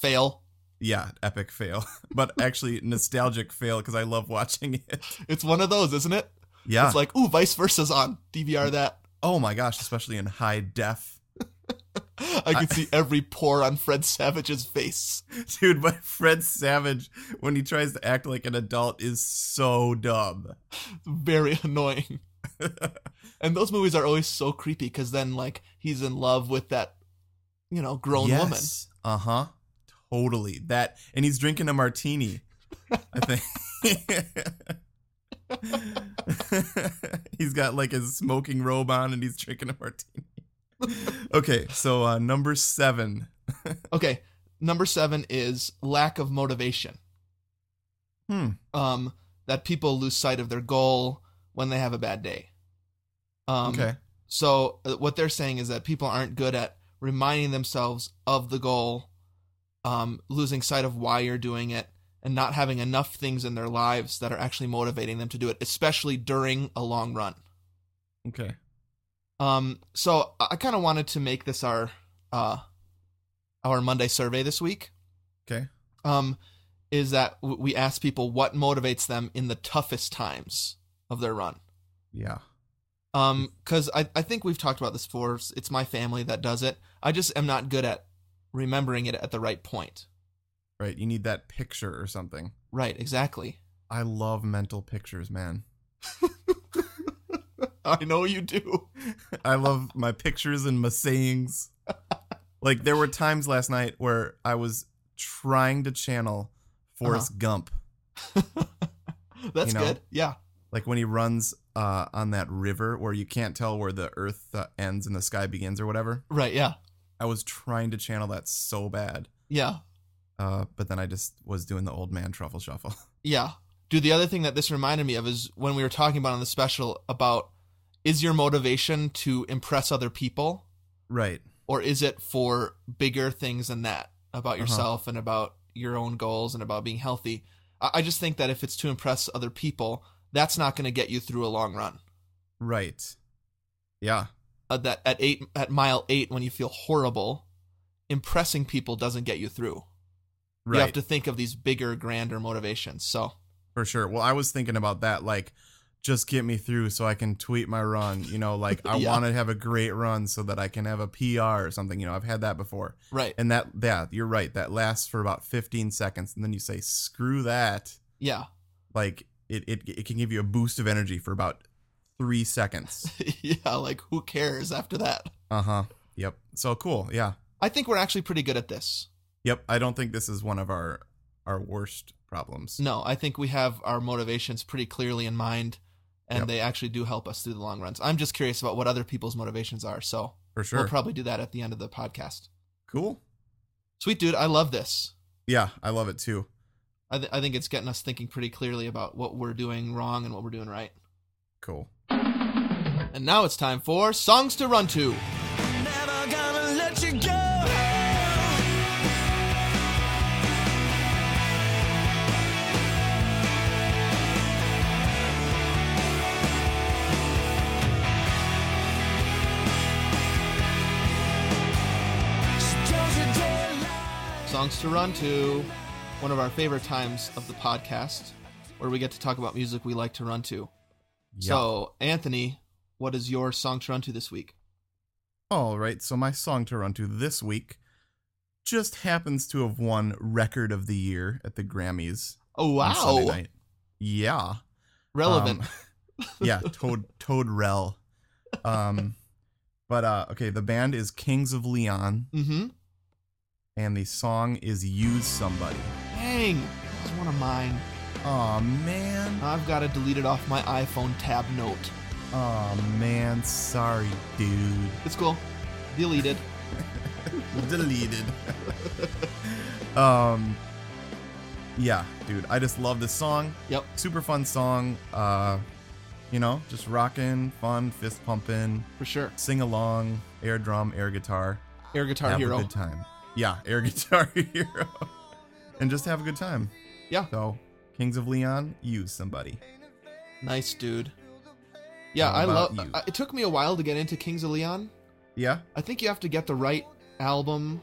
Fail.
Yeah, epic fail, but actually nostalgic fail because I love watching it.
It's one of those, isn't it?
Yeah.
It's like, ooh, vice versa's on. DVR that.
oh my gosh, especially in high def,
I can see every pore on Fred Savage's face.
dude. But Fred Savage, when he tries to act like an adult, is so dumb.
Very annoying. and those movies are always so creepy because then, like, he's in love with that, you know, grown woman.
Uh huh. Totally. That, and he's drinking a martini. I think. he's got like his smoking robe on and he's drinking a martini. okay, so uh, number seven.
Okay, number seven is lack of motivation.
Hmm.
Um, that people lose sight of their goal when they have a bad day. Um,
Okay.
So uh, what they're saying is that people aren't good at reminding themselves of the goal, um, losing sight of why you're doing it, and not having enough things in their lives that are actually motivating them to do it, especially during a long run.
Okay.
Um, so I kind of wanted to make this our uh, our Monday survey this week.
Okay.
Um, is that w- we asked people what motivates them in the toughest times of their run.
Yeah.
Um, because I, I think we've talked about this before. It's- It's my family that does it. I just am not good at remembering it at the right point.
Right. You need that picture or something.
Right, exactly.
I love mental pictures, man.
I know you do.
I love my pictures and my sayings. Like there were times last night where I was trying to channel Forrest
Uh-huh.
Gump,
That's
You know?
good. Yeah.
like when he runs uh, on that river where you can't tell where the earth uh, ends and the sky begins or whatever.
Right. Yeah.
I was trying to channel that so bad,
Yeah.
uh, but then I just was doing the old man truffle shuffle.
Yeah. Dude, the other thing that this reminded me of is when we were talking about on the special about is your motivation to impress other people
right.
or is it for bigger things than that about yourself and about your own goals and about being healthy? I, I just think that if it's to impress other people, that's not going to get you through a long run.
Right. Yeah.
Uh, that at eight at mile eight when you feel horrible, impressing people doesn't get you through.
Right.
You have to think of these bigger, grander motivations. So
For sure. Well, I was thinking about that, like, just get me through so I can tweet my run. You know, like I
Yeah.
want to have a great run so that I can have a PR or something. You know, I've had that before,
right,
and that yeah, you're right. That lasts for about 15 seconds, and then you say, "Screw that!"
yeah,
Like it it it can give you a boost of energy for about three seconds.
yeah. Like who cares after that?
uh huh. Yep. So cool. Yeah.
I think we're actually pretty good at this.
Yep. I don't think this is one of our our worst problems.
No, I think we have our motivations pretty clearly in mind, and
Yep.
they actually do help us through the long runs. I'm just curious about what other people's motivations are, so
for sure.
we'll probably do that at the end of the podcast.
cool.
Sweet dude, I love this.
Yeah, I love it too.
I, th- I think it's getting us thinking pretty clearly about what we're doing wrong and what we're doing right.
Cool.
And now it's time for songs to run to.
Never gonna let you go.
Songs to run to, one of our favorite times of the podcast, where we get to talk about music we like to run to.
Yeah.
So, Anthony, what is your song to run to this week?
All right, so my song to run to this week just happens to have won Record of the Year at the Grammys.
Oh
on Sunday
wow,
night. Yeah.
relevant.
Um, yeah, Toad Toad Rel. Um, but uh, okay, the band is Kings of Leon,
mm-hmm.
and the song is "Use Somebody."
Dang, this is one of mine.
Oh man.
I've got to delete it off my iPhone tab note.
Oh man. Sorry, dude.
It's cool. Deleted.
Deleted. um. Yeah, dude. I just love this song.
Yep.
Super fun song. Uh, you know, just rocking, fun, fist pumping,
For sure.
sing along, air drum, air guitar.
Air Guitar
have a
Hero.
good time. Yeah, Air Guitar Hero. And just have a good time.
Yeah.
So, Kings of Leon, use somebody.
Nice dude. Yeah,
How
I
about
love.
you?
I- It took me a while to get into Kings of Leon.
Yeah?
I think you have to get the right album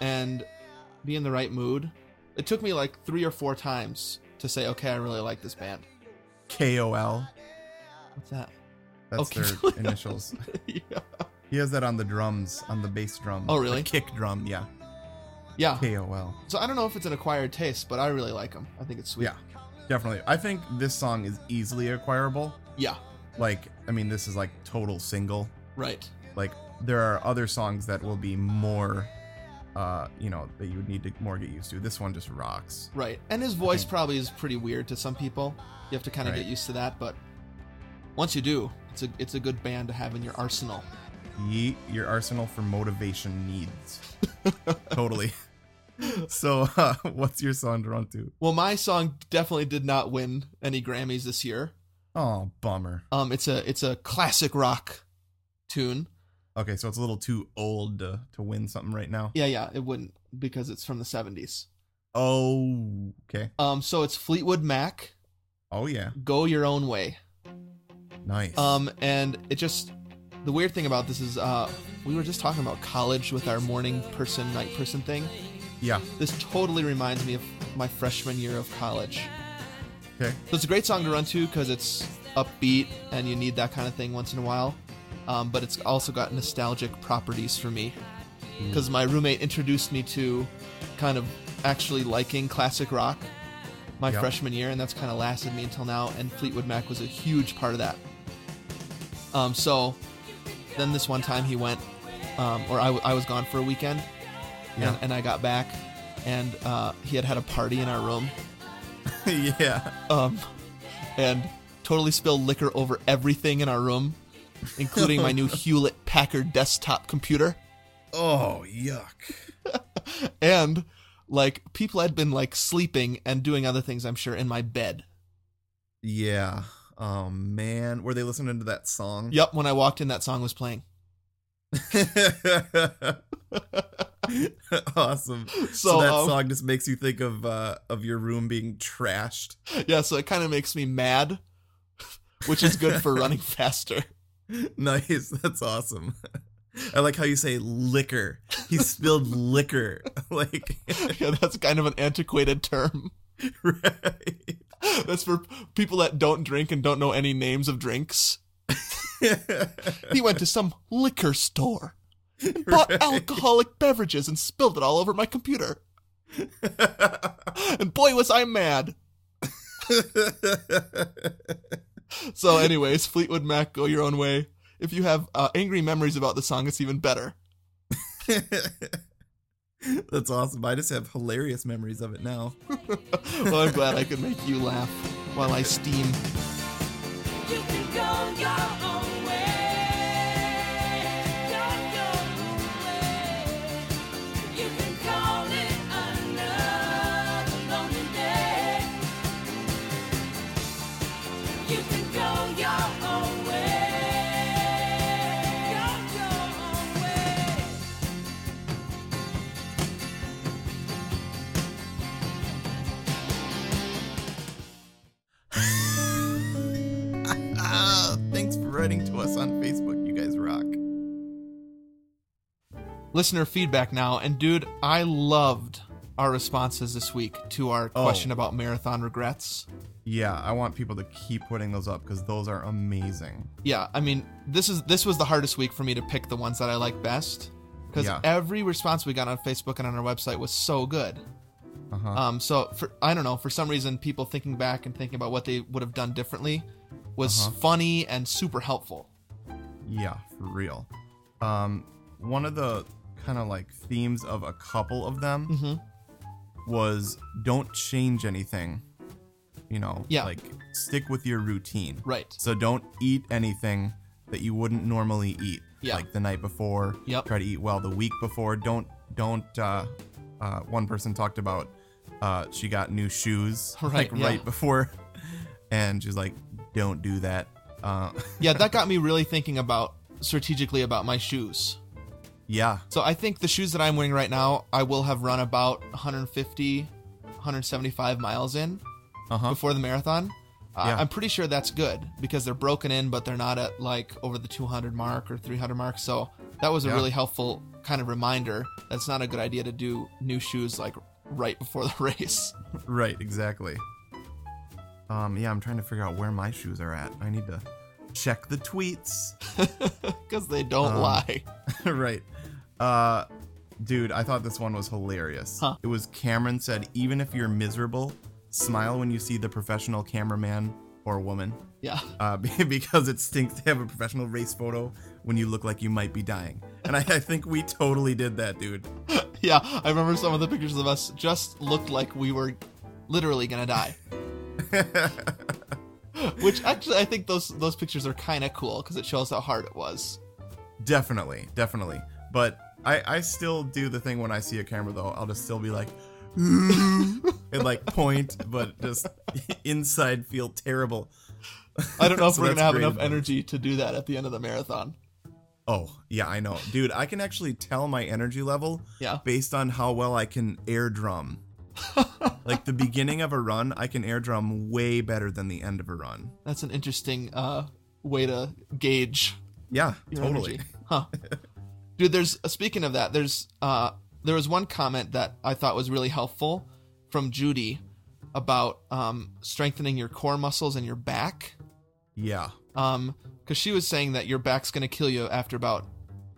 and be in the right mood. It took me like three or four times to say, okay, I really like this band.
KOL.
What's that?
That's
Oh, Kings of
their
Leon.
initials.
yeah.
He has that on the drums, on the bass drum.
Oh, really?
The
Ah.
kick drum, yeah.
Yeah.
KOL.
So I don't know if it's an acquired taste, but I really like them. I think it's sweet.
Yeah, definitely. I think this song is easily acquirable.
Yeah.
Like, I mean, this is like total single.
Right.
Like, there are other songs that will be more, uh, you know, that you would need to more get used to. This one just rocks.
Right. And his voice probably is pretty weird to some people. You have to kind of
Right.
get used to that, but once you do, it's a it's a good band to have in your arsenal.
Yeet your arsenal for motivation needs. totally. So, uh, what's your song to run to?
Well, my song definitely did not win any Grammys this year.
Oh, bummer.
Um, it's a it's a classic rock tune.
Okay, so it's a little too old to, to win something right now.
Yeah, yeah, it wouldn't because it's from the '70s.
Oh, okay.
Um, so it's Fleetwood Mac,
Oh, yeah.
"Go Your Own Way."
Nice.
Um, and it just the weird thing about this is uh, we were just talking about college with our morning person, night person thing.
yeah.
This totally reminds me of my freshman year of college.
Okay.
So it's a great song to run to because it's upbeat and you need that kind of thing once in a while. Um, but it's also got nostalgic properties for me
Hmm.
because my roommate introduced me to kind of actually liking classic rock my
Yep.
freshman year, and that's kind of lasted me until now. And Fleetwood Mac was a huge part of that. Um, so then this one time he went, um, or I, w- I was gone for a weekend,
Yeah.
and, and I got back, and uh, he had had a party in our room,
yeah.
um, and totally spilled liquor over everything in our room, including my new Hewlett Packard desktop computer.
Oh, yuck.
And like people had been like sleeping and doing other things, I'm sure, in my bed.
Yeah. Oh, man. Were they listening to that song?
Yep, when I walked in, that song was playing.
awesome. So,
So,
that
um,
song just makes you think of uh, of your room being trashed.
Yeah, so it kind of makes me mad, which is good for running faster.
Nice. That's awesome. I like how you say liquor. He spilled liquor. Like,
Yeah, that's kind of an antiquated term.
right.
That's for people that don't drink and don't know any names of drinks. He went to some liquor store, and bought alcoholic beverages, and spilled it all over my computer. and boy, was I mad. So, anyways, Fleetwood Mac, go your own way. If you have uh, angry memories about the song, it's even better.
That's awesome. I just have hilarious memories of it now.
Well, I'm glad I could make you laugh while I steam.
You can go your own way. Go your own way. You can call it another lonely day. You can go your own way. Go your own way.
Ah, thanks for writing to us on Facebook. You guys rock.
Listener feedback now, and dude, I loved our responses this week to our
Oh.
question about marathon regrets.
Yeah, I want people to keep putting those up because those are amazing.
Yeah, I mean, this is this was the hardest week for me to pick the ones that I like best. because
Yeah.
every response we got on Facebook and on our website was so good.
Uh-huh. Uh,
Um, so for I don't know for some reason people thinking back and thinking about what they would have done differently was funny and super helpful.
Yeah, for real. Um, one of the kind of like themes of a couple of them was don't change anything. You know,
Yeah.
like stick with your routine.
Right.
So don't eat anything that you wouldn't normally eat.
Yeah.
Like the night before.
Yep.
Try to eat well the week before. Don't don't. Uh, uh, one person talked about uh, she got new shoes
Right,
like
yeah.
right before, and she's like, don't do that. Uh,
Yeah, that got me really thinking about strategically about my shoes.
yeah.
So I think the shoes that I'm wearing right now, I will have run about 150, 175 miles in
Uh-huh.
before the marathon. Uh,
Yeah.
I'm pretty sure that's good because they're broken in, but they're not at like over the 200 mark or 300 mark. So that was a
Yeah.
really helpful kind of reminder. That's not a good idea to do new shoes like right before the race.
Right, exactly. Um, yeah, I'm trying to figure out where my shoes are at. I need to check the tweets.
Because they don't
Um,
lie.
right. Uh, dude, I thought this one was hilarious.
Huh.
It was Cameron said, even if you're miserable, smile when you see the professional cameraman or woman.
Yeah.
Uh, because it stinks to have a professional race photo when you look like you might be dying. And I, I think we totally did that, dude.
Yeah. I remember some of the pictures of us just looked like we were literally going to die. Which actually, I think those those pictures are kind of cool because it shows how hard it was.
Definitely, definitely. But I, I still do the thing when I see a camera though. I'll just still be like, "Ooh," and like point, but just inside feel terrible.
I don't know if
So
we're
that's
gonna have
great
enough
advice.
energy to do that at the end of the marathon.
Oh yeah, I know, dude. I can actually tell my energy level
Yeah.
based on how well I can air drum. like the beginning of a run, I can air drum way better than the end of a run.
That's an interesting uh, way to gauge
Yeah,
your
totally.
energy. Huh. Dude, there's uh, speaking of that, there's uh, there was one comment that I thought was really helpful from Judy about um, strengthening your core muscles and your back.
Yeah,
um because she was saying that your back's gonna kill you after about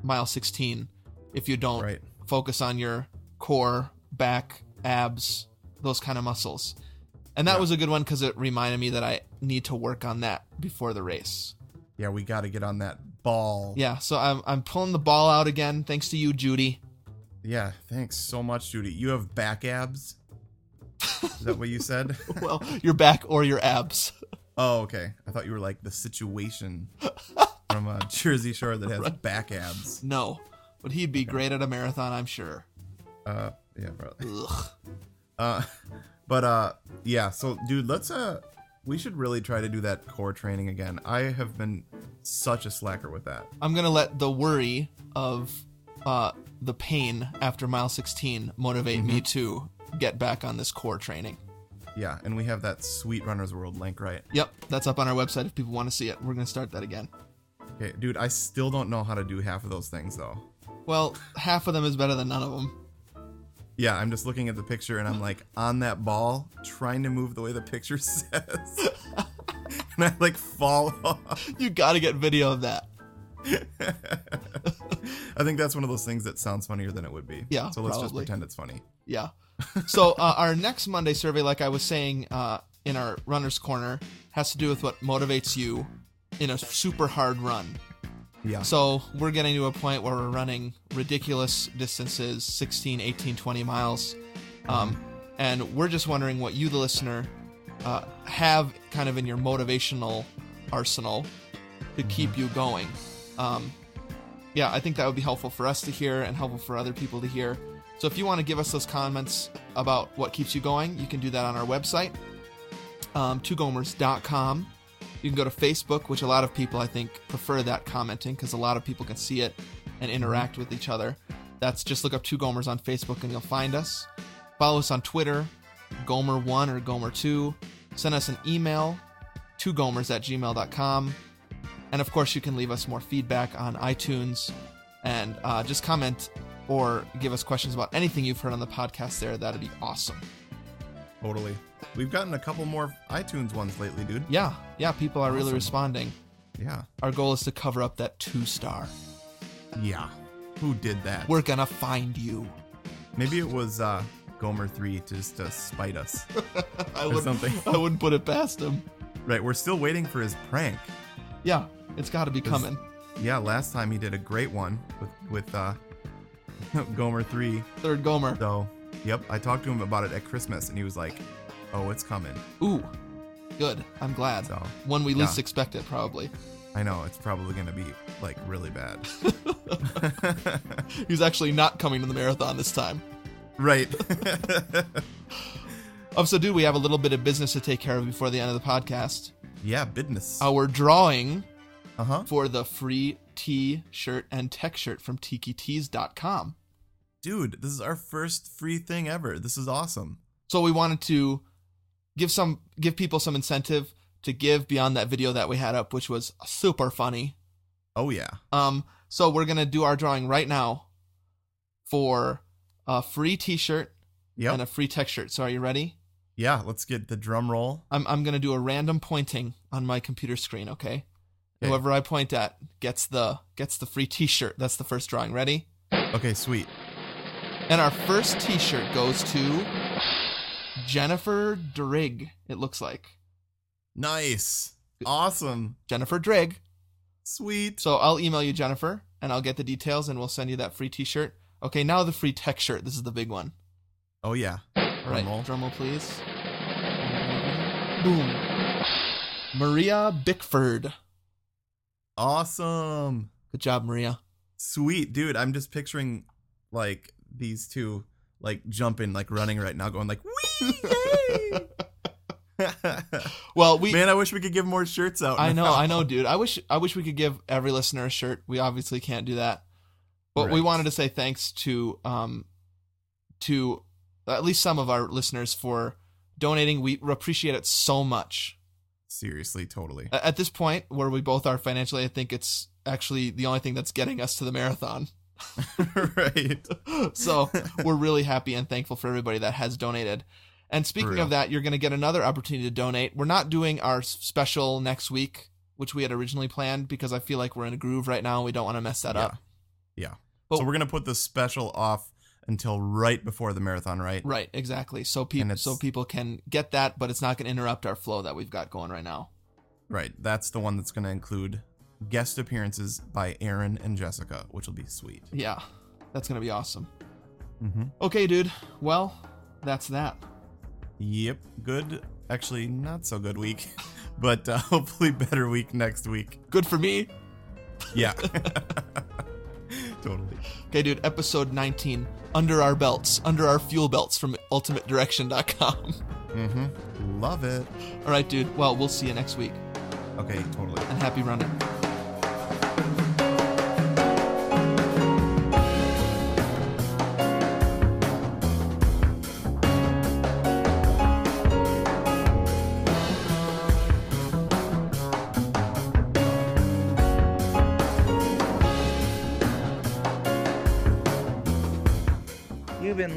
mile 16 if you don't
Right.
focus on your core back abs those kind of muscles and that was a good one because it reminded me that i need to work on that before the race
yeah. We got to get on that ball.
yeah so i'm, I'm pulling the ball out again thanks to you judy
Yeah, thanks so much, Judy. You have back abs? Is that what you said?
well your back or your abs
oh, okay. I thought you were like the situation from uh, Jersey Shore that has back abs.
no but he'd be great at a marathon i'm sure
Uh, yeah, probably.
Ugh.
Uh, but uh, yeah. So, dude, let's uh, we should really try to do that core training again. I have been such a slacker with that.
i'm gonna let the worry of uh the pain after mile 16 motivate me to get back on this core training
Yeah, and we have that sweet Runner's World link, right?
yep that's up on our website if people want to see it we're gonna start that again
Okay, dude, I still don't know how to do half of those things though.
well half of them is better than none of them
Yeah, I'm just looking at the picture and I'm like on that ball, trying to move the way the picture says. and I like fall off.
you gotta get video of that
I think that's one of those things that sounds funnier than it would be.
Yeah,
So let's just
probably.
pretend it's funny.
yeah so uh, our next monday survey like i was saying uh, in our runners corner has to do with what motivates you in a super hard run
Yeah.
So we're getting to a point where we're running ridiculous distances 16, 18, 20 miles. Um, and we're just wondering what you, the listener, uh, have kind of in your motivational arsenal to keep you going. Um, yeah, I think that would be helpful for us to hear and helpful for other people to hear. So if you want to give us those comments about what keeps you going, you can do that on our website, um, twogomers.com. You can go to Facebook, which a lot of people I think prefer that commenting because a lot of people can see it and interact with each other. That's just look up Two Gomers on Facebook and you'll find us. Follow us on Twitter, Gomer1 or Gomer2. Send us an email, twogomers at gmail.com. And of course, you can leave us more feedback on iTunes and uh, just comment or give us questions about anything you've heard on the podcast there. That'd be awesome.
Totally. We've gotten a couple more iTunes ones lately, dude.
Yeah, yeah, people are really responding.
Yeah.
Our goal is to cover up that two star.
Yeah. Who did that?
We're gonna find you.
Maybe it was uh, Gomer 3 to just to spite us.
I
Or
would
something.
I wouldn't put it past him.
right, we're still waiting for his prank.
Yeah, it's got to be coming.
Yeah, last time he did a great one with, with uh, Gomer 3.
Third Gomer.
So, yep, I talked to him about it at Christmas and he was like, oh, it's coming.
Ooh, good. I'm glad.
So,
When we
yeah.
least expect it, probably.
I know, it's probably going to be like really bad.
He's actually not coming to the marathon this time.
right.
Oh, so do we have a little bit of business to take care of before the end of the podcast?
yeah, business.
Our drawing
Uh huh.
for the free t-shirt and tech shirt from tikitees.com.
Dude, this is our first free thing ever. This is awesome.
So we wanted to give some give people some incentive to give beyond that video that we had up, which was super funny.
Oh, yeah.
Um, so we're gonna do our drawing right now for a free T-shirt
Yep.
and a free tech shirt. So are you ready?
yeah, let's get the drum roll.
I'm I'm gonna do a random pointing on my computer screen. Okay.
Okay.
Whoever I point at gets the gets the free T-shirt. That's the first drawing. Ready?
Okay, sweet.
And our first T-shirt goes to Jennifer Drigg. It looks like
Nice. Awesome.
Jennifer Drigg.
Sweet.
So I'll email you, Jennifer, and I'll get the details and we'll send you that free t shirt. Okay, now the free tech shirt. This is the big one.
Oh, yeah. Drum
All right,
roll.
drum roll, please. Boom. Maria Bickford.
Awesome.
Good job, Maria.
Sweet, dude. I'm just picturing like these two like jumping, like running right now, going like, wee! yay!"
Well, we.
Man, I wish we could give more shirts out.
I know,
now.
I know, dude. I wish, I wish we could give every listener a shirt. We obviously can't do that, but we
Right.
wanted to say thanks to, um, to at least some of our listeners for donating. We appreciate it so much.
Seriously, totally.
A- at this point where we both are financially i think it's actually the only thing that's getting us to the marathon
right.
so we're really happy and thankful for everybody that has donated and speaking
real.
of that you're going to get another opportunity to donate we're not doing our s- special next week which we had originally planned because i feel like we're in a groove right now and we don't want to mess that up
Yeah.
But-
so we're gonna put the special off until right before the marathon, right?
right exactly so
And
people
it's-
so people can get that but it's not going to interrupt our flow that we've got going right now
Right. That's the one that's gonna include guest appearances by Aaron and Jessica, which will be sweet.
yeah that's going to be awesome
Mhm.
okay dude well that's that
Yep. Good. Actually, not so good week, but uh, hopefully better week next week.
good for me
Yeah. totally.
Okay, dude, episode 19, under our belts, under our fuel belts from ultimatedirection.com.
Mm-hmm. Love it.
All right, dude, well, we'll see you next week,
Okay, totally.
and happy running.
You've been